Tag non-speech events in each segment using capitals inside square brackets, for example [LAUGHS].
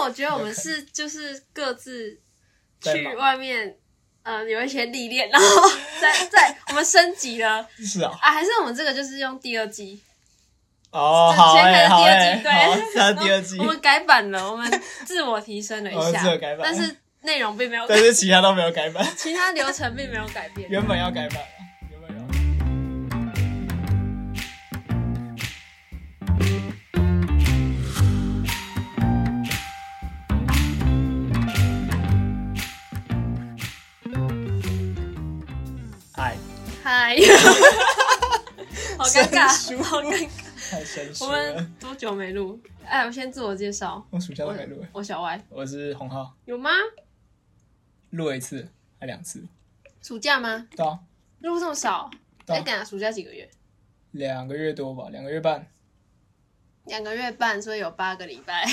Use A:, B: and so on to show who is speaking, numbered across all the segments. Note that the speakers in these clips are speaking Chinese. A: 我觉得我们是就是各自去外面，呃，有一些历练，然后
B: [LAUGHS]
A: 在在我们升级了
B: 是啊，
A: 啊，还是我们这个就是用第二季，
B: 哦，
A: 直接
B: 好哎、
A: 开始
B: 好
A: 第二
B: 哎、
A: 季对
B: 好，他第二 [LAUGHS] 季
A: [LAUGHS] 我，们改版了，我们自我提升了一下
B: 哦自我改，版
A: 但是内容并没有改
B: 但，是其他都没有改版，
A: 其他流程并没有改变。
B: 原本要改版了，原本要。哎， [LAUGHS]
A: 嗨，好尴
B: 生疏
A: 尬，好尴
B: [LAUGHS]
A: 尬。
B: 太生疏
A: 我
B: 了。
A: 们多久没录？哎，我先自我介绍，
B: 我暑假都没录了，
A: 我小歪，
B: 我是洪浩，
A: 有吗？
B: 录了一次还两次，
A: 暑假吗？
B: 对啊，
A: 录这么少？
B: 对
A: 哎，
B: 啊
A: 等一下暑假几个月？
B: 两个月多吧，两个月半，
A: 两个月半，所以有八个礼拜，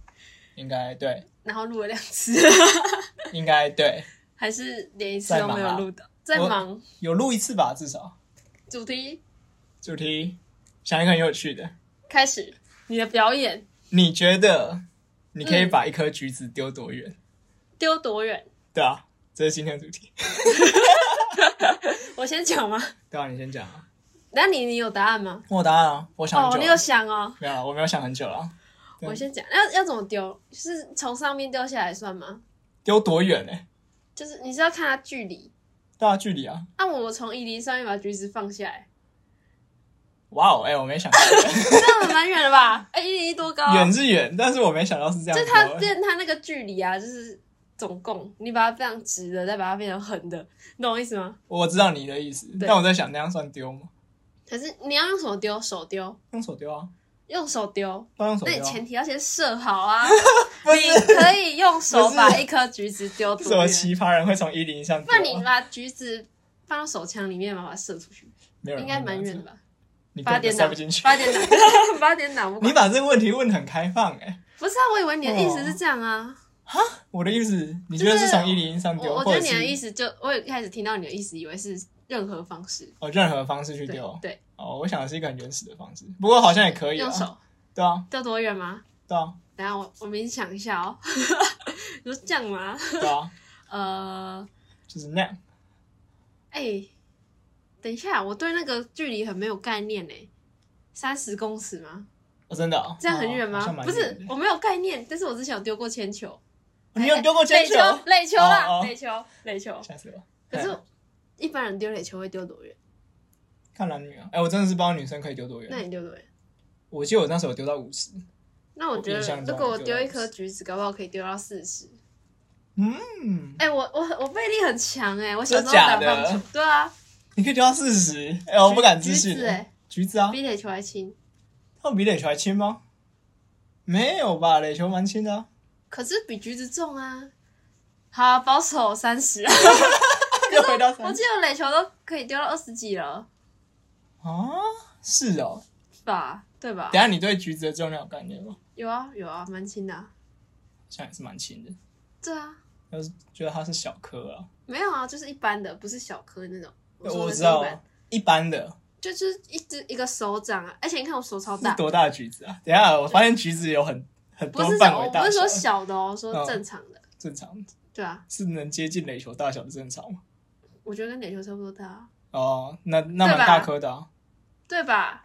A: [LAUGHS]
B: 应该对，
A: 然后录了两 [LAUGHS] 次，
B: 应该对，
A: 还是连一次都没有录到，在
B: 忙啊
A: 忙。
B: 有录一次吧，至少。
A: 主题
B: 主题，想一个很有趣的，
A: 开始，你的表演
B: 你觉得你
A: 嗯
B: 可以把一颗橘子丢多远？
A: 丢多远？
B: 对啊，这是今天的主题。
A: 我先讲吗？
B: 对啊，你先讲啊。
A: 那你你有答案吗？
B: 我有答案啊，我想
A: 哦，
B: 很
A: 你
B: 久了。
A: 有想哦。
B: 没有啊，我没有想很久了。对
A: 我先讲，要要怎么丢？是从上面掉下来算吗？
B: 丢多远呢、欸？
A: 就是你是要看它距离。
B: 大距离啊！
A: 那、我从一零上面把橘子放下来，
B: 哇哦，哎，我没想
A: [LAUGHS]
B: 到
A: 这样蛮远了吧？哎、1一零一多高、啊？
B: 远是远，但是我没想到是这样
A: 就
B: 多
A: 是它
B: 欸。
A: 变它那个距离啊，就是总共你把它这样直的，再把它变成横的，你懂我意思吗？
B: 我知道你的意思，
A: 对
B: 但我在想那样算丢吗？
A: 可是你要用什么丢？手丢，
B: 用手丢啊，
A: 用手丢。
B: 都用手
A: 那你
B: 丢、啊。
A: 前提要先设好啊，
B: 不是
A: 你可以用手
B: 不是
A: 把一颗橘子丢
B: 什么
A: 多远？
B: 奇葩人会从一零一上丢、啊
A: 那你把橘子放到手枪里面，把它射出 [LAUGHS] 去，
B: 没有人
A: 应该
B: 会
A: 蛮
B: 这
A: 远
B: 样
A: 的
B: 子，
A: 吧？
B: 你根
A: 八
B: 本就
A: 点
B: 塞
A: 档
B: 不进，去。
A: 八点档， [LAUGHS] 八点档，不
B: 你
A: 管
B: 把这个问题问得很开放哎、
A: 不是啊？我以为你的意思是这样啊。
B: 我的意思，你觉得是从一零一上丢，
A: 我我
B: 或
A: 觉
B: 者
A: 得你的意
B: 是
A: 思就，我一开始听到你的意思，以为是任何方式，
B: 哦任何方式去
A: 对
B: 丢？
A: 对，
B: 哦，我想的是一个很原始的方式，不过好像也可以啊
A: 用。手
B: 对啊，
A: 丢多远吗？
B: 对啊，
A: 等一下我我冥想一下哦， [LAUGHS] 你说这样吗？
B: 对啊， [LAUGHS]
A: 呃，
B: 就是那样。
A: 哎、等一下，我对那个距离很没有概念呢。三十公尺吗？
B: 哦，真的、哦，
A: 这样很远
B: 哦好
A: 吗
B: 像？蛮
A: 不是
B: 远，的
A: 我没有概念，但是我之前有丢过铅球，
B: 你有丢过铅
A: 垒球，垒球啦
B: 哦，哦
A: 垒球，垒球。
B: 吓死我！
A: 可是
B: 哎
A: 一般人丢垒球会丢多远？
B: 看男女啊，哎、我真的是不知道女生可以丢多
A: 那
B: 远。
A: 你丢多远？
B: 我记得我那时候有丢到五十，
A: 那我觉
B: 我印
A: 得
B: 象，中
A: 如果我
B: 就
A: 丢
B: 要
A: 一颗橘子，搞不好可以丢到四十。
B: 嗯，
A: 哎、我我我背力很强哎、我小时候
B: 真假
A: 打
B: 的
A: 棒球，对啊，
B: 你可以丢到四十，哎，我不敢置
A: 橘
B: 信。
A: 子哎、
B: 橘子啊，
A: 比垒球还轻。
B: 它比垒球还轻吗？没有吧，垒球蛮轻的、啊。
A: 可是比橘子重啊。好，保守三十。
B: 又回到
A: 我
B: 三
A: 记得垒球都可以丢到二十几了
B: 啊，是哦。
A: 吧？对吧？
B: [LAUGHS] 等一下你对啊橘子的重量有概念吗？
A: 有啊有啊，蛮轻的、啊。
B: 好像也是蛮轻的，
A: 对啊，
B: 但是觉得它是小颗啊。
A: 没有啊，就是一般的，不是小颗那种。说
B: 我
A: 的
B: 知
A: 是一般
B: 道啊，一般的
A: 就就是一只一个手掌啊，而且你看我手超
B: 是
A: 大，
B: 多大的橘子啊？等一下我发现橘子有很很
A: 不
B: 多
A: 是
B: 范
A: 小，我
B: 围大
A: 不是
B: 小
A: 说，小的哦，说
B: 嗯
A: 正常的。
B: 正常
A: 对啊，
B: 是能接近垒球大小的正常吗？
A: 我觉得跟垒球差不多大、啊，
B: 哦，那那
A: 对
B: 蛮
A: 吧
B: 大颗的啊。
A: 对吧？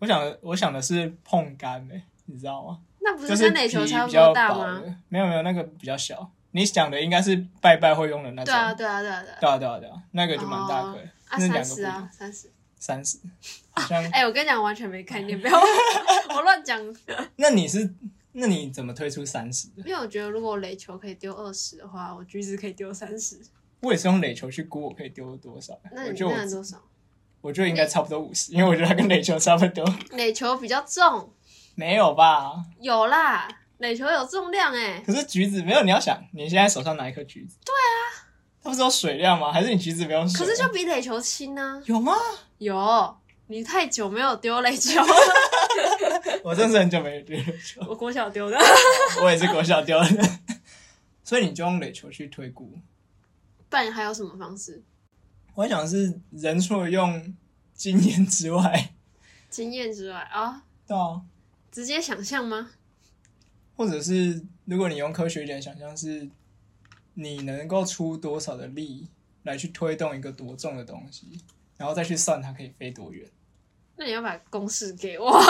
B: 我想我想的是碰杆诶、你知道吗？
A: 那不
B: 就是是
A: 跟
B: 皮
A: 垒球差
B: 比
A: 不
B: 较
A: 多大
B: 薄
A: 吗？
B: 的，没有没有那个比较小。你想的应该是拜拜会用的那种，
A: 对啊，对啊，对啊，对啊。
B: 对啊对啊对啊，那个就蛮大颗的
A: 哦，啊，
B: 那
A: 三
B: 两个不
A: 十
B: 一样
A: 啊，三十。
B: 三十，好像
A: 哎、我跟你讲，完全没概
B: [LAUGHS]
A: 念，不要 [LAUGHS] 我乱讲。
B: 那你是，那你怎么推出三十的？
A: 因为我觉得，如果垒球可以丢二十的话，我橘子可以丢三十。
B: 我也是用垒球去估我可以丢多少，
A: 那
B: 我
A: 你
B: 觉得
A: 那你
B: 我
A: 多少？
B: 我觉得应该差不多五十，因为我觉得它跟垒球差不多。
A: 垒球比较重，
B: 没有吧？
A: 有啦，垒球有重量哎、
B: 可是橘子没有，你要想，你现在手上拿一颗橘子，对啊，它不是有水量吗？还是你啊橘子不用水？
A: 可是就比垒球轻呢、
B: 有吗？
A: 有，你太久没有丢垒球了， [LAUGHS]
B: 我真是很久没丢垒球，
A: 我国小丢的。
B: [LAUGHS] 我也是国小丢的， [LAUGHS] 所以你就用垒球去推估。
A: 不然还有什么方式？
B: 我在想是人除了用经验之外，
A: 经验之外啊、
B: 对啊，
A: 直接想象吗？
B: 或者是如果你用科学一点想象，是你能够出多少的力来去推动一个多重的东西，然后再去算它可以飞多远。
A: 那你要把公式给
B: [LAUGHS]
A: 我，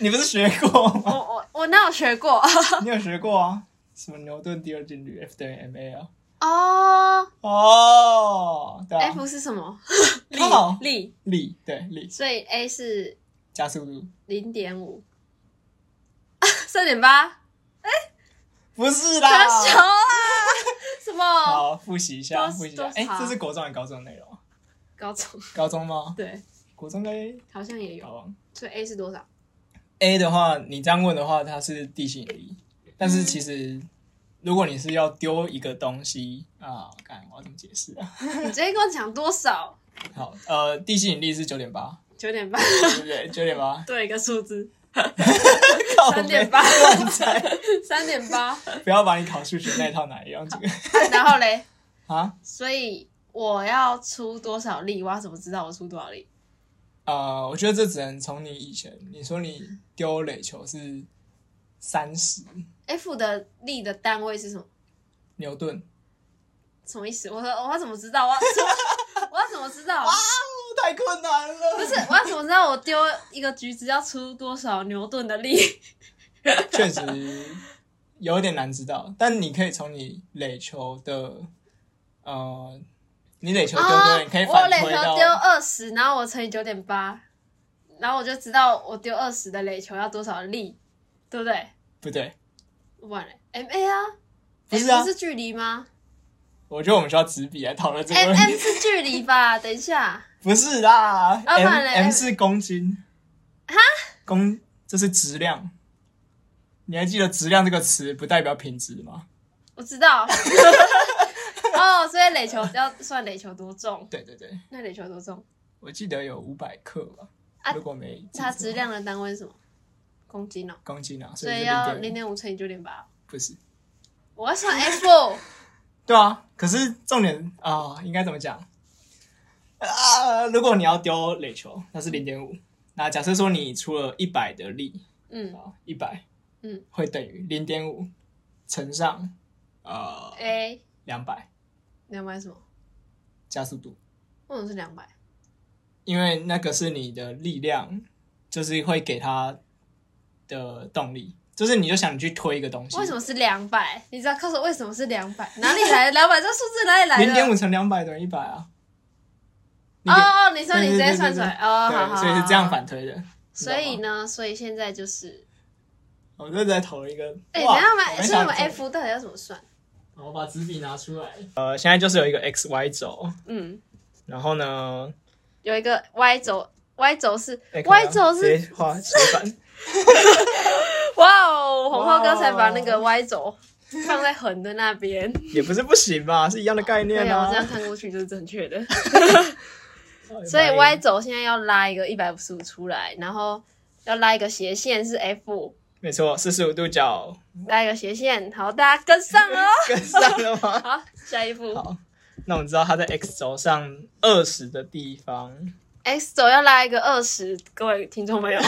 B: 你不是学过
A: 我
B: [LAUGHS] 吗？
A: 我我哪有学过？哦
B: 你有学过啊？什么牛顿第二定律 F 等于 ma 啊？
A: 哦
B: 哦，对啊，
A: ，F 是什么？力
B: 刚好
A: 力，
B: 力对力
A: 所以 A 是
B: 加速度
A: 零点五， [LAUGHS] 三点八，[LAUGHS]
B: 不是
A: 太小
B: 啦。
A: 啊！什么
B: 好，复习一下，
A: 多
B: 复习一下
A: 多。
B: 哎、
A: 少
B: 这是国中还是高中的内容啊？
A: 高
B: [LAUGHS]
A: 中？
B: 高中吗？
A: 对，
B: 国中该啊
A: 好像也
B: 好
A: 有。
B: 吧。
A: 所以 A 是多少？
B: A 的话，你这样问的话，它是地心引力，但是其实如果你是要丢一个东西啊，看我要怎么解释 [LAUGHS] 啊？
A: 你直接跟我讲多少？
B: 好，呃，地心引力是九点八，
A: 九点八，
B: [LAUGHS] 对不对？九点 [LAUGHS] 八，
A: 对一个数字，
B: 靠
A: 三点八，
B: 乱猜，
A: [LAUGHS] 三点八。
B: 不要把你考数学那一套拿一 [LAUGHS] 样这个
A: 然后嘞，
B: 啊，
A: 所以我要出多少力？我要怎么知道我出多少力？
B: 呃，我觉得这只能从你以前你说你丢垒球是三十
A: F 的力的单位是什么？
B: 牛顿，哦
A: 什么意思？我说我要怎么知道？我要我要怎么知
B: [LAUGHS]
A: 道？
B: 太困难了，
A: 不是，我要怎么知道我丢一个橘子要出多少牛顿的力？ [LAUGHS]
B: 确实有点难知道，但你可以从你垒球的，呃，你垒球丢
A: 哦
B: 对，你可以
A: 我
B: 反
A: 垒
B: 推
A: 球丢
B: 到，
A: 二十，然后我乘以九点八，然后我就知道我丢二十的垒球要多少力，对不对？
B: 不对，
A: 完了，M A 啊
B: 不是啊
A: ，M 是距离吗
B: 我觉得我们需要纸笔来讨论这个
A: ？M
B: 问
A: M
B: 题， [LAUGHS]
A: 是距离吧？等一下，
B: 不是啦
A: 啊不
B: ，M
A: 然嘞
B: M
A: M-
B: 是公斤，哈，公这是质量，你还记得质量这个词不代表品质吗？
A: 我知道。 [LAUGHS] 哦，所以垒球要算垒球多重？
B: 对对对，
A: 那垒球多重？
B: 我记得有五百克吧，
A: 啊
B: 如果没记
A: 它
B: 错
A: 质量的单位是什么？公斤哦，
B: 公斤啊，所
A: 所
B: 以
A: 以
B: 是
A: 要
B: 0.5
A: 零点五乘以九点八。
B: 不是。
A: 我要算 F，
B: 对啊，可是重点啊、应该怎么讲啊？如果你要丢垒球，那是零点五。那假设说你出了一百的力
A: 嗯
B: 啊，一百，
A: 嗯，
B: 会等于零点五乘上呃
A: ，A
B: 两百
A: 两百什么？
B: 加速度，
A: 为什么是两百？
B: 因为那个是你的力量，就是会给它的动力，就是你就想你去推一个东西，
A: 为什么是两百？你知道告诉我为什么是两百？ [LAUGHS] 哪里来的两百？这数字哪里来的？
B: 零点五乘两百等于一百啊？
A: 哦哦，你说
B: 对
A: 你直
B: 对
A: 接
B: 对
A: 算
B: 对
A: 出来哦，好好，
B: 对，所以是这样
A: 好。
B: 反推的。
A: 所以
B: 你知道吗
A: 呢，所以现在就是，
B: 我认真在投了一个，
A: 哎，
B: 哇
A: 等一下
B: 我
A: 买，
B: 没
A: 所以我
B: 想
A: 们
B: 到
A: F 到底要怎么算？
B: 好我把纸笔拿出来。呃，现在就是有一个 x y 轴，
A: 嗯，
B: 然后呢
A: 有一个 Y 轴，Y 轴是
B: x
A: Y 轴
B: 直
A: 是，
B: 接画斜板，
A: 哇哦，红浩刚才把那
B: 哇
A: 个 Y 轴放在横的那 [LAUGHS] 边，
B: 也不是不行吧，是一样的概
A: 对
B: 念
A: 啊，我这样
B: 啊。
A: 看过去就是正确 [LAUGHS] 的。
B: 所
A: 所以 Y 轴现在要拉一个一百五十五出来，然后要拉一个斜线是 F，
B: 没错，四十五度角
A: 拉一个斜线，好，大家跟上哦。
B: 跟上了吗？ [LAUGHS]
A: 好，下一步
B: 好，那我们知道它在 x 轴上二十的地方，
A: X 轴要拉一个二十，各位听众朋友，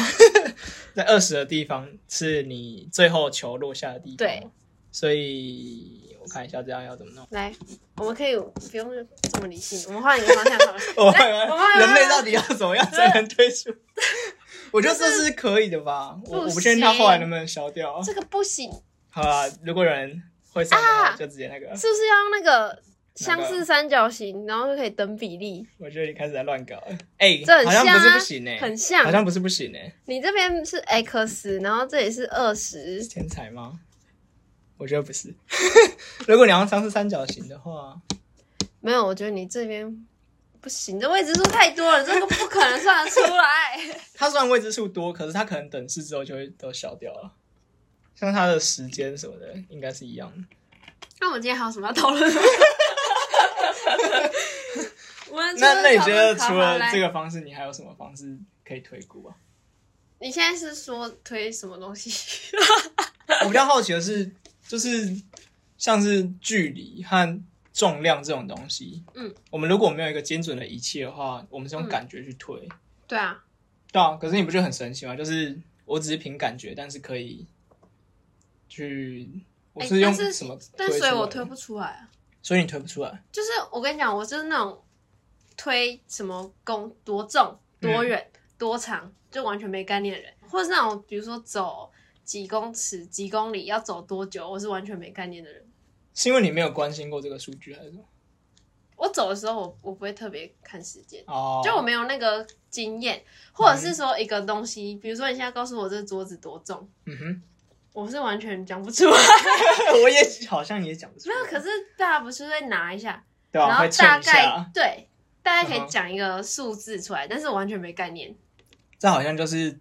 B: 在二十的地方是你最后球落下的地方。
A: 对，
B: 所以我看一下这样要怎么弄。
A: [LAUGHS] 来，我们可以不用这么理性，我们换一个方向 [LAUGHS] 好了。
B: 哎
A: 我
B: 我们
A: 们
B: 人类到底要怎么样才能退出？ [LAUGHS] 我觉得这是可以的吧，
A: 就是
B: 我我
A: 不
B: 不确定他
A: 行
B: 后来能不能消掉。
A: 这个不行，
B: 好啦，如果有人会算的话，
A: 啊
B: 就直接那个。
A: 是不是要用那个相似三角形，然后就可以等比例？
B: 我觉得你开始在乱搞了，哎、
A: 这很
B: 好像
A: 像
B: 不是
A: 啊
B: 不行哎、
A: 很
B: 好
A: 像。
B: 像不是不行哎、
A: 你这边是 X，然后这里是二十，
B: 天才吗？我觉得不是。 [LAUGHS] 如果你要上次三角形的话，
A: 没有，我觉得你这边不行，这未知数太多了，这个不可能算得出来。
B: 它虽然未知数多，可是它可能等式之后就会都消掉了。像它的时间什么的，应该是一样的。
A: [LAUGHS] 那我们今天还有什么要讨论的？ [LAUGHS] 我们除了
B: 那那你觉得
A: 讨
B: 除
A: 论
B: 了这，
A: 好好来
B: 个方式，你还有什么方式可以推估啊？
A: 你现在是说推什么东西？
B: 我比较好奇的是，就是像是距离和重量这种东西，
A: 嗯，
B: 我们如果没有一个精准的仪器的话，我们是用
A: 嗯
B: 感觉去推，
A: 对啊，
B: 对啊。可是你不觉得很神奇吗？就是我只是凭感觉，但是可以去，我
A: 哎
B: 是用
A: 但是
B: 什么推
A: 但
B: 出来的？
A: 所以我推不出来啊。
B: 所以你推不出来。
A: 就是我跟你讲，我就是那种推什么弓多重、
B: 嗯
A: 多远、多长，就完全没概念的人，或者是那种比如说走几公尺、几公里要走多久，我是完全没概念的人。
B: 是因为你没有关心过这个数据还是什么？
A: 我走的时候我，我不会特别看时间，
B: 哦，
A: 就我没有那个经验，或者是说一个东西，比如说你现在告诉我这桌子多重，
B: 嗯哼， [LAUGHS]
A: 我是完全讲不出来。 [LAUGHS]
B: 我也好像也讲不出
A: 没
B: 来。
A: 有，可是大家不是会拿一下，
B: 对
A: 然
B: 啊，
A: 后
B: 会称
A: 大
B: 一
A: 概
B: 下，
A: 对，大概可
B: 嗯
A: 以
B: 哼
A: 讲一个数字出来，但是我完全没概念。 [LAUGHS]
B: 这好像就是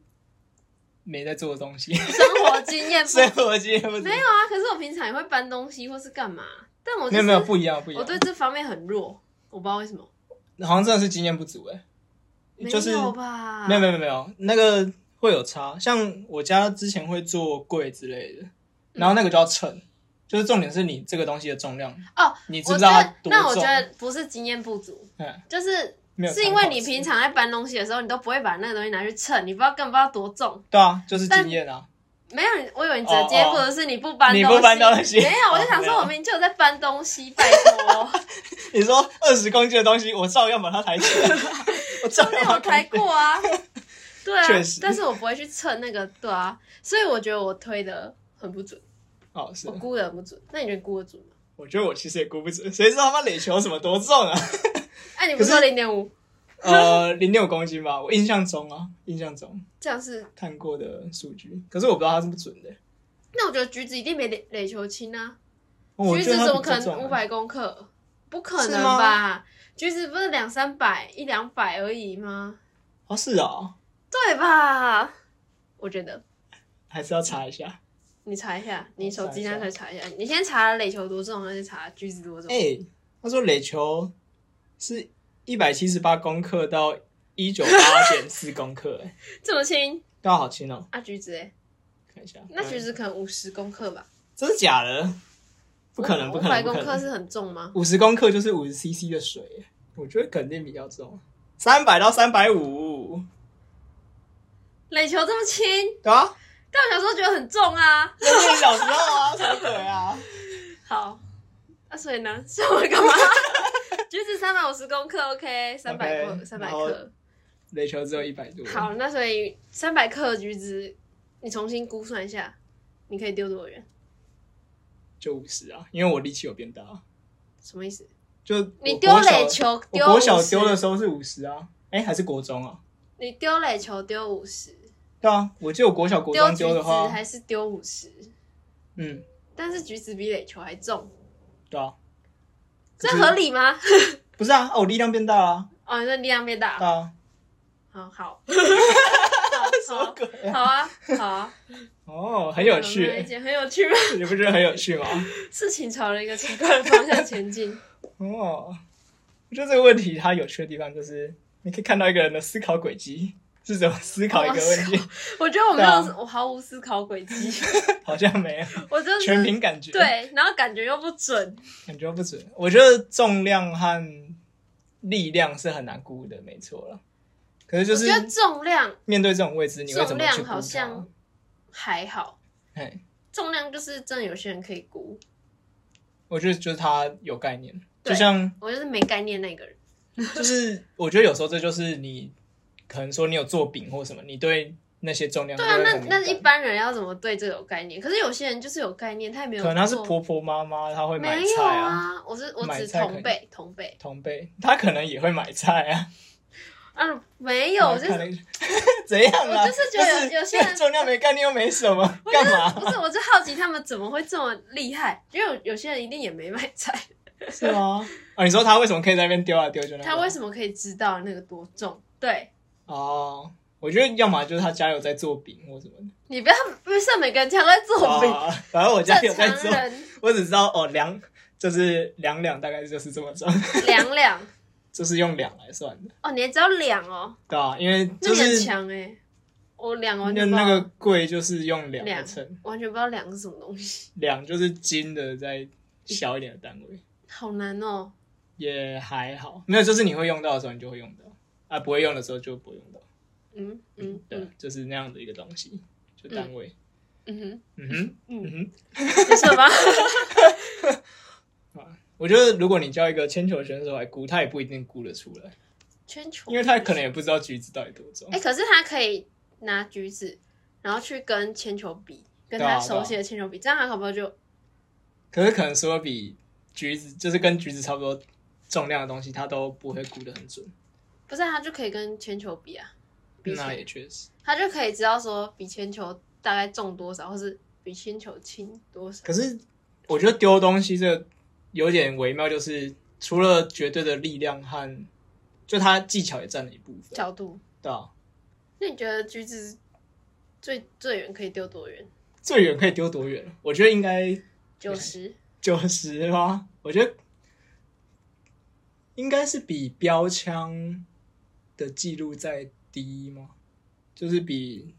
B: 没在做的东西， [LAUGHS]
A: 生活经验不
B: 所以我今天不是
A: 没有啊，可是我平常也会搬东西或是干嘛，但我、就是、
B: 没有没有不一样不一
A: 我
B: 样，
A: 对这方面很弱，我不知道为什么，
B: 好像真的是经验不足哎、就是
A: 没有吧？
B: 没有没有没有没有那个会有差，像我家之前会做柜之类
A: 嗯
B: 的，然后那个就要称，就是重点是你这个东西的重量，
A: 哦，
B: 你知
A: 我
B: 不知
A: 觉
B: 道它
A: 得
B: 多重？
A: 那我觉得不是经验不足，
B: 嗯
A: 就是
B: 没有
A: 是因为
B: 参考
A: 你
B: 值
A: 平常在搬东西的时候，你都不会把那个东西拿去称，你不知道根本不知道多重。
B: 对啊，就是
A: 但
B: 经验啊，
A: 没有，我以为你直接
B: 哦哦
A: 或者是你不搬
B: 你
A: 西，
B: 不搬东西
A: 没有，我就想
B: 哦没有
A: 说，我明明就有在搬东西，拜托，
B: 你说二十公斤的东西，我照样把它抬起
A: [LAUGHS]
B: 来， [LAUGHS] 我照
A: 那
B: 样
A: 我
B: 把它
A: 抬
B: 抬起来。
A: 过啊， [LAUGHS] 对啊
B: 确实，
A: 但是我不会去称那个，对啊，所以我觉得我推的很不准。
B: 哦，是
A: 我，估的不准，那你觉得估得准吗？
B: 我觉得我其实也估不准，谁知道他妈垒球什么多重啊？ [LAUGHS]
A: 哎、你不是说零点五，
B: 呃，零点五公斤吧，我印象中啊，印象中
A: 这样是？
B: 看过的数据，可是我不知道它是不准的。
A: 那我觉得橘子一定没垒垒球轻啊，
B: 我
A: 橘
B: 觉
A: 子
B: 得
A: 怎么
B: 哦它比
A: 可
B: 较
A: 能
B: 重
A: 五
B: 啊
A: 百公克？不可
B: 是
A: 能
B: 吗
A: 吧？橘子不是两三百、一两百而已吗？
B: 哦，是啊，
A: 对吧？我觉得
B: 还是要查一下。
A: 你查一下，你手机
B: 查一下
A: 拿出来查一下。你先查垒球多重，还是查橘子多重？
B: 哎、他说垒球是一百七十八公克到一九八点四公克、哎，
A: 这么轻
B: 对啊，好轻哦、
A: 啊？橘子哎、
B: 看一下，
A: 那橘
B: 实
A: 子可能五十公克吧？
B: 真的假的？不可能，不
A: 五
B: 可
A: 百
B: 能，不
A: 公
B: 可
A: 克
B: 能。
A: 是很重吗？
B: 五十公克就是五十 CC 的水、哎我觉得肯定比较重，三百到三百五，
A: 垒球这么轻，
B: 对啊，
A: 但我小时候觉得很重啊。
B: 那是你小时候啊，什么鬼啊？
A: 好，那、啊所以呢？ [LAUGHS] 所以我干嘛？橘子三百五十公克，OK，三百克，三百
B: 然后
A: 克。
B: 垒球只有一百多，
A: 好，那所以三百克的橘子，你重新估算一下，你可以丢多远？
B: 就五十啊，因为我力气有变大，
A: 什么意思？
B: 就
A: 你
B: 我
A: 丢
B: 国小
A: 垒，球
B: 我
A: 丢
B: 国小
A: 50
B: 丢的，时候是五十啊，哎、还是国中啊？
A: 你丢垒球丢五十，
B: 对啊，我记得我国小国
A: 丢
B: 中
A: 橘
B: 丢
A: 子
B: 的话，
A: 还是丢五十，
B: 嗯，
A: 但是橘子比垒球还重，
B: 对啊，
A: 这
B: 可是
A: 合理吗？
B: 不是啊，啊我力量变大啦、
A: 哦，你说力量变大，
B: 对啊， [LAUGHS]
A: 好好，
B: 什么
A: [LAUGHS] 好
B: 鬼啊？
A: 好啊，好啊，
B: 哦，很有趣
A: 没意
B: 欸，
A: 见很有趣吧？
B: [LAUGHS] 你不觉得很有趣吗？
A: 事情朝了一个奇
B: [LAUGHS]
A: 怪的方向前进。
B: 哦，我觉得这个问题它有趣的地方就是，你可以看到一个人的思考轨迹是怎么思考一个问题，
A: 我觉得我没有，
B: 对啊
A: 我毫无思考轨迹，
B: [LAUGHS] 好像没有，
A: 我就是
B: 全凭感觉，，
A: 对，然后感觉又不准，
B: 感觉不准。我觉得重量和力量是很难估的，没错了。可是就是
A: 我觉得重量
B: 面对这种未知，你会怎
A: 重
B: 么去
A: 量
B: 估它
A: 好像还好，
B: 嘿
A: 重量就是真的有些人可以估，
B: 我觉得就是他有概念，
A: 对
B: 就像
A: 我就是没概念那个人。
B: 就是我觉得有时候这就是你可能说你有做饼或什么，你对那些重量
A: 对啊，
B: 都会
A: 那
B: 很敏
A: 那
B: 感
A: 一般人要怎么对这个有概念？可是有些人就是有概念，他也没有
B: 可能他是
A: 做
B: 婆婆妈妈，她会买
A: 没有
B: 菜啊，
A: 啊，我是我
B: 买
A: 只
B: 菜可
A: 同
B: 以
A: 辈同辈
B: 同辈她可能也会买菜啊，
A: 啊，没有，我就
B: 然后
A: 是
B: 看了一 [LAUGHS] 怎样啊？
A: 我就是觉得有
B: 就是
A: 有些人
B: 对 [LAUGHS] 重量没概念又没什么，干嘛
A: 不是，我就好奇他们怎么会这么厉害，因为有有些人一定也没买菜，
B: 是吗？啊，你说他为什么可以在那边丢来丢去？
A: 他为
B: 么？
A: 什么可以知道那个多重？对，
B: 哦，我觉得要么就是他家有在做饼或什么的，
A: 你不要，不是每个人家都在做饼，
B: 啊反正我家有
A: 正
B: 在
A: 常
B: 做，
A: 人
B: 我只知道哦两就是两两大概就是这么重。
A: 两两
B: [LAUGHS] 就是用两来算的，
A: 哦，你还知道两哦，
B: 对啊，因为
A: 那
B: 就
A: 你很
B: 是
A: 强哎，我两完
B: 那
A: 全不知
B: 那
A: 道
B: 个贵就是用两来
A: 两
B: 称，
A: 完全不知道两是什么东西，
B: 两就是斤的再小一点的单位，
A: 好难哦。
B: 也还好。没有，就是你会用到的时候你就会用到，啊，不会用的时候就不会用到。
A: 嗯嗯
B: 对，
A: 嗯，
B: 就是那样的一个东西，就单位。
A: 嗯哼，
B: 嗯哼，嗯
A: 嗯，
B: 哼。
A: 有什
B: [LAUGHS]
A: 么？
B: 我觉得如果你叫一个铅球选手来估，他也不一定估得出来，
A: 圈球，
B: 因为他可能也不知道橘子到底多重
A: 哎、。可是他可以拿橘子，然后去跟铅球比，跟
B: 对啊
A: 他
B: 对啊
A: 熟悉的铅球比，这样他可不好就
B: 可是可能说比橘子就是跟橘子差不多重量的东西，他都不会估得很准。
A: 不是啊他就可以跟铅球比啊，比起
B: 那
A: 来
B: 也确实。
A: 他就可以知道说比铅球大概重多少，或是比铅球轻多少。
B: 可是我觉得丢东西这个有点微妙，就是除了绝对的力量和就他技巧也占了一部分，
A: 角度，
B: 对啊，
A: 那你觉得橘子最最远可以丢多远？
B: 最远可以丢多远？我觉得应该
A: 九十？
B: 九十吗？我觉得应该是比标枪的记录再低吗？就是比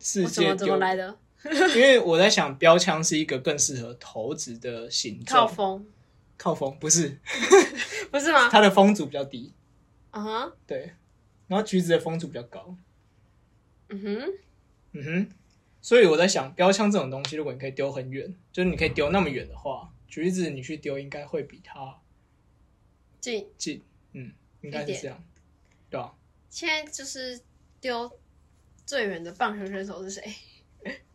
B: 世
A: 我怎
B: 界
A: 么怎么
B: 丢，
A: 来的？
B: [LAUGHS] 因为我在想标枪是一个更适合投掷的形
A: 靠
B: 状，
A: 风，
B: 靠风不是
A: 不是吗？
B: 它的风阻比较低，
A: 嗯哼，
B: 对，然后橘子的风阻比较高，
A: 嗯哼，
B: 嗯哼，所以我在想标枪这种东西，如果你可以丢很远，就是你可以丢那么远的话，橘子你去丢应该会比它
A: 近。
B: 近，嗯，应该是这样，对吧、
A: 现在就是丢最远的棒球选手是谁？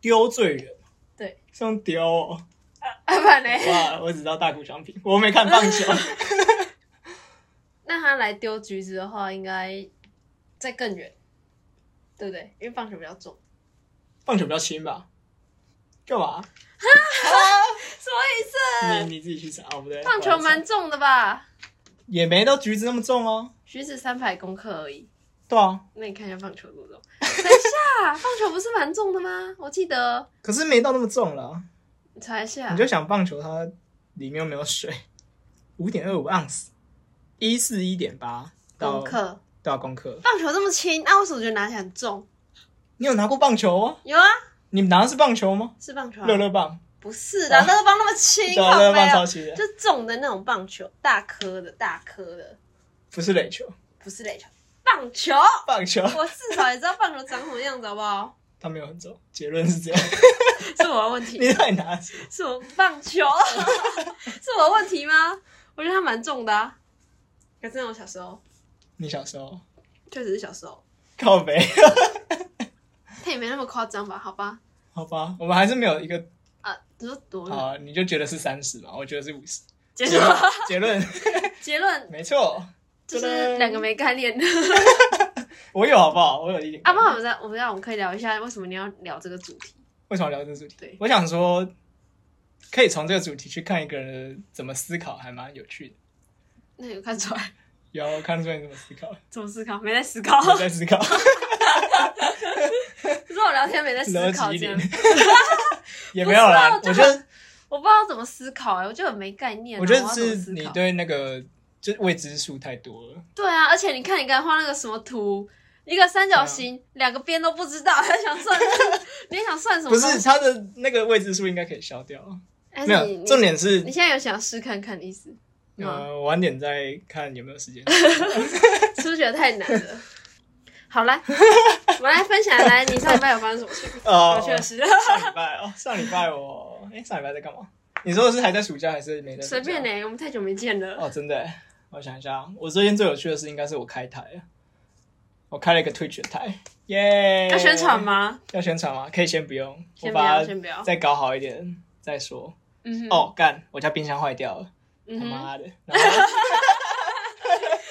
B: 丢最远，
A: 对，
B: 这样丢哦、
A: 阿凡嘞？
B: 哇！我只知道大谷翔平，我没看棒
A: [LAUGHS]
B: 球。
A: 那他来丢橘子的话，应该再更远，对不对？因为棒球比较重。
B: 棒球比较轻吧？干嘛？
A: [LAUGHS] 什么意思？
B: 你你自己去查哦，不对，
A: 棒球蛮重的吧？
B: 也没到橘子那么重哦。
A: 橘子三百公克而已。
B: 对啊，
A: 那你看一下棒球多重？等一下，棒球不是蛮重的吗？我记得，
B: 可是没到那么重啦。
A: 你查一下
B: 你。就想棒球它里面又没有水，五点二五盎司，一四一点八到
A: 公克，
B: 到功课。
A: 棒球这么轻，那为什么觉得拿起来很重？
B: 你有拿过棒球哦？
A: 有啊，
B: 你拿的是棒球吗？
A: 是棒球、啊
B: 乐。乐棒，
A: 不是的，
B: 啊
A: 乐乐棒那么轻，
B: 对啊，
A: 靠
B: 乐乐
A: 背
B: 棒
A: 啊
B: 超轻的，
A: 就重的那种棒球，大颗的，大颗的，
B: 不是垒球，
A: 不是垒球，棒球。
B: 棒球
A: 我至少也知道棒球长什么样子，好不好？ [LAUGHS]
B: 它没有很重。结论是这样， [LAUGHS]
A: 是我的问题，
B: 你太拿什么
A: 是我棒球， [LAUGHS] 是我的问题吗？我觉得它蛮重的啊。可是我小时候，
B: 你小时候
A: 确实是小时候，
B: 靠北，
A: 它也没那么夸张吧？好吧，
B: 好吧，我们还是没有一个
A: 啊，你说多
B: 好
A: 远？
B: 啊，你就觉得是三十嘛，我觉得是五十。
A: 结
B: 结
A: 论
B: 论结论
A: [LAUGHS] 结论
B: 没错，
A: 就是两个没概念的。 [LAUGHS]
B: 我有好不好？我有一点
A: 啊，不然我们再，我们再，我们可以聊一下为什么你要聊这个主题？
B: 为什么聊这个主题
A: 对？
B: 我想说，可以从这个主题去看一个人怎么思考，还蛮有趣的。
A: 那有看出来
B: 有啊看出来你怎么思考，
A: 怎么思考？没在思考， [LAUGHS]
B: 我在思考，
A: 可是我聊天没在思
B: 逻
A: 考
B: 辑一
A: 这
B: 点
A: 样，
B: [LAUGHS] 也没有啦。
A: 不
B: 我
A: 是
B: 觉
A: 啊
B: 得，
A: 我不知道怎么思考哎、我就很没概念啊、
B: 我觉得
A: 要怎么
B: 是
A: 思
B: 你
A: 考
B: 对那个就是未知数太多了。
A: 对啊，而且你看，你刚才画那个什么图，一个三
B: 啊
A: 角形，两个边都不知道， [LAUGHS] 还想算，你还想算什么
B: 不
A: 东西？
B: 是他的那个未知数应该可以消掉，
A: 还
B: 没
A: 是你
B: 有重。点是
A: 你你现在有想试看看的意思吗？
B: 呃，晚点再看有没有
A: [LAUGHS]
B: 时间。
A: 是不是觉得太难
B: [LAUGHS]
A: 了？好来，我们来分享来，你上礼拜有发生什么事？
B: 呃
A: 我，确实
B: 上礼拜哦，上礼拜我哎、上礼拜在干嘛？你说的是还在暑假还是没在暑假？
A: 随便呢、欸我们太久没见了。
B: 哦，真的耶，我想一下，我最近最有趣的事应该是我开台了，我开了一个 Twitch 的台，耶、
A: 要宣传？吗？
B: 要宣传吗？可以先不用，
A: 先
B: 我
A: 不要，
B: 把
A: 先
B: 它
A: 不要。
B: 再搞好一点再说。
A: 嗯哼，
B: 哦，干，我家冰箱坏掉了，
A: 嗯
B: 他
A: 哼，
B: 妈的，然后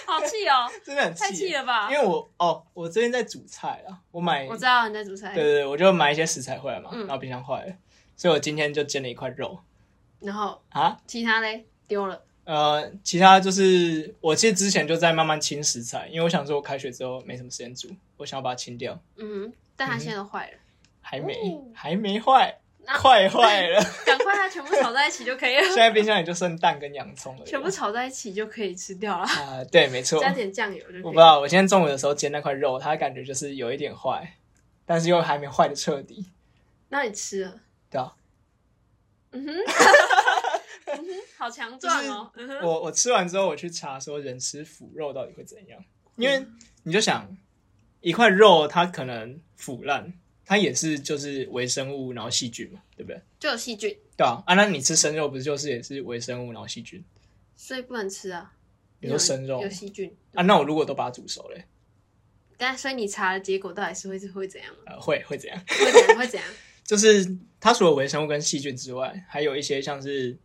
A: 好气哦，
B: 真的很
A: 太
B: 气
A: 气
B: 耶，
A: 了吧
B: 因？为我哦，我最近在煮菜啊，我买，
A: 我知
B: 对
A: 道你在煮菜
B: 对，对，我就买一些食材回来嘛，
A: 哎嗯
B: 然后冰箱坏了，所以我今天就煎了一块肉
A: 然后
B: 啊，
A: 其他嘞丢了，
B: 呃，其他就是我其实之前就在慢慢清食材，因为我想说我开学之后没什么时间煮，我想要把它清掉，
A: 嗯哼，但它现在都坏了。
B: 嗯还没、
A: 哦
B: 还没坏，
A: 那
B: 快坏
A: [LAUGHS]
B: 了，
A: 赶快它全部炒在一起就可以
B: [LAUGHS] 现
A: 了，
B: 在冰箱里就剩蛋跟洋葱了，
A: 全部炒在一起就可以吃掉了，
B: 啊、对，没错，
A: 加点酱油就可以。
B: 我不知道，我今天中午的时候煎那块肉，它感觉就是有一点坏，但是又还没坏的彻底，
A: 那你吃了，
B: 对啊，
A: 嗯哼，嗯哼，好强壮哦，嗯哼，
B: [LAUGHS] 我我吃完之后，我去查说人吃腐肉到底会怎样，因为你就想一块肉它可能腐烂，它也是就是微生物，然后细菌嘛，对不对？
A: 就有细菌，
B: 对啊，啊，那你吃生肉不是就是也是微生物，然后细菌
A: 所以不能吃啊。
B: 你说生肉
A: 有细菌
B: 啊？那我如果都把它煮熟嘞，
A: 但所以你查的结果到底是会会怎样吗？
B: 呃，会会怎样？ [LAUGHS]
A: 会怎样？会怎样？
B: 就是它除了微生物跟细菌之外，还有一些像是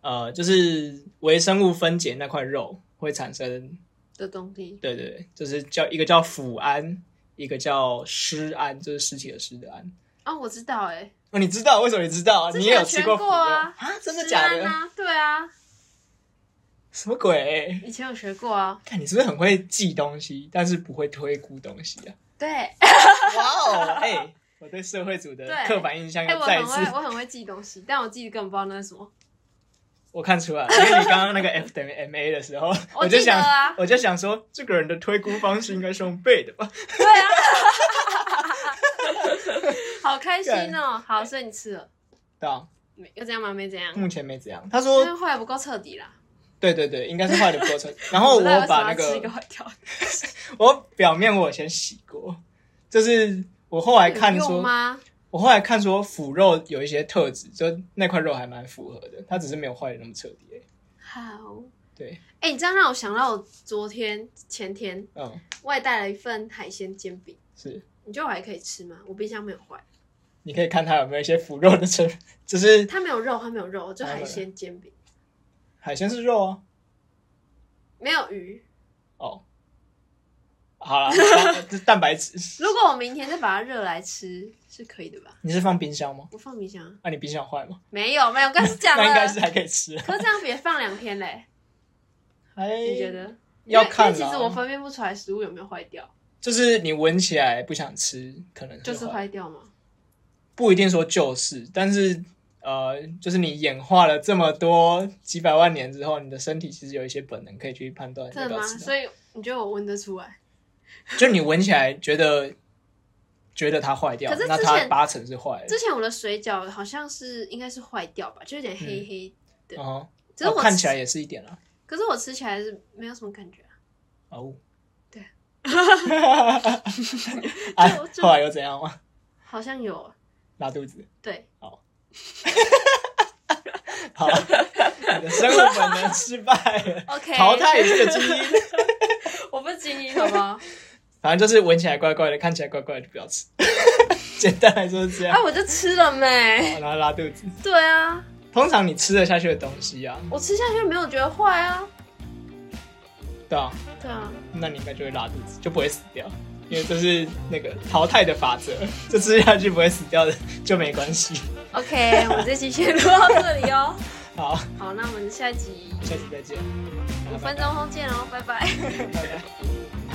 B: 呃，就是微生物分解那块肉会产生，
A: 的东西
B: 对对对，就是叫一个叫腐胺，一个叫尸胺，就是尸体的尸的胺。
A: 啊、我知道哎、欸，
B: 哦，你知道为什么你知道啊？
A: 之
B: 你
A: 前
B: 也有吃
A: 全
B: 过腐肉
A: 啊
B: 真的
A: 食
B: 假
A: 安
B: 的？
A: 啊，对啊，
B: 什么鬼？
A: 以前有学过啊，
B: 看你是不是很会记东西，但是不会推估东西
A: [LAUGHS]
B: 啊？
A: 对，哎、
B: 哇哦，哎，我对社会组的
A: 对哎
B: 刻板印象又
A: 我
B: 再一
A: 很
B: 次
A: 会，我很会记东西，但我记得根本不知道那是什么。
B: 我看出来，因为你刚刚那个 F 等于 ma
A: [LAUGHS]
B: 的时候，
A: 我
B: 就
A: 记得
B: 想，
A: 啊
B: 我就想说，这个人的推估方式应该是用背的吧？
A: 对啊，好开心哦！好，所以你吃了，
B: 对啊，
A: 没又怎样吗？没怎样，啊
B: 目前没怎样。他
A: 因
B: 说
A: 为，坏得不够彻底啦。
B: 对对对，应该是坏的
A: [LAUGHS]
B: 过程。然后
A: 不知道
B: 我
A: 为什么
B: 把
A: 要
B: 那
A: 吃一个
B: 个，
A: 坏掉的，
B: 我表面我有先洗过，就是我后来看
A: 有用
B: 说，
A: 吗？
B: 我后来看说腐肉有一些特质，就那块肉还蛮符合的，它只是没有坏的那么彻底而已。
A: 好，
B: 对，
A: 哎、你这样让我想到我昨天前天
B: 嗯，
A: 外带了一份海鲜煎饼，
B: 是，
A: 你觉得我还可以吃吗？我冰箱没有坏，
B: 你可以看它有没有一些腐肉的成分，就是
A: 它没有肉，它没有肉，我就海鲜煎饼，
B: 海鲜是肉啊。
A: 没有鱼。
B: 哦，好了，蛋这蛋白质。
A: 如果我明天再把它热来吃，是可以的吧？
B: 你是放冰箱吗？
A: 我放冰箱啊，
B: 那、你冰箱有坏吗？
A: 没有没有，我刚才讲了
B: [LAUGHS] 那，应该是还可以吃。
A: 可是这样别放两天嘞，
B: 还
A: 你觉得？
B: [LAUGHS] 要看啊
A: 因为因为其实我
B: 啦，
A: 分辨不出来食物有没有坏掉，
B: 就是你闻起来不想吃，可能
A: 就是
B: 坏，
A: 坏掉嘛。
B: 不一定说就是，但是呃，就是你演化了这么多几百万年之后，你的身体其实有一些本能可以去判断要
A: 真
B: 不
A: 的
B: 要
A: 吗？
B: 吃
A: 所
B: 它。
A: 以你觉得我闻得出来？
B: 就你闻起来觉得觉得它坏掉
A: 可是，
B: 那
A: 之
B: 它
A: 前
B: 八成是坏的
A: 之。前我的水饺好像是应该是坏掉吧，就有点黑黑。
B: 嗯哼，
A: 只是
B: 哦
A: 我
B: 看
A: 吃
B: 起来也是一点
A: [LAUGHS]
B: 啦。
A: 可是我吃起来是没有什么感觉、啊。
B: 哦，
A: 对，
B: [LAUGHS]
A: [LAUGHS]
B: 啊
A: 就，就
B: 后来又怎样吗？
A: 好像有，
B: 拉肚子。
A: 对，
B: 好，
A: [LAUGHS]
B: 你的生物本能失败了
A: OK
B: 淘汰这个基因。
A: [LAUGHS] 我不是精英，好不
B: [LAUGHS]
A: 好？
B: 反正就是闻起来怪怪的，看起来怪怪的，就不要吃。 [LAUGHS] 简单来说是这样
A: 啊，，我就吃了没？
B: 然后拉肚子。
A: 对啊，
B: 通常你吃得下去的东西啊，
A: 我吃下去没有觉得坏啊。
B: 对啊，
A: 对啊，
B: 那你应该就会拉肚子，就不会死掉，因为这是那个淘汰的法则， [LAUGHS] 就吃下去不会死掉的就没关系。
A: OK，我们这期先录到这里哦。
B: 好，
A: 好，那我们下一集
B: 下次再见，
A: 五分钟后见哦，拜拜。
B: 拜拜。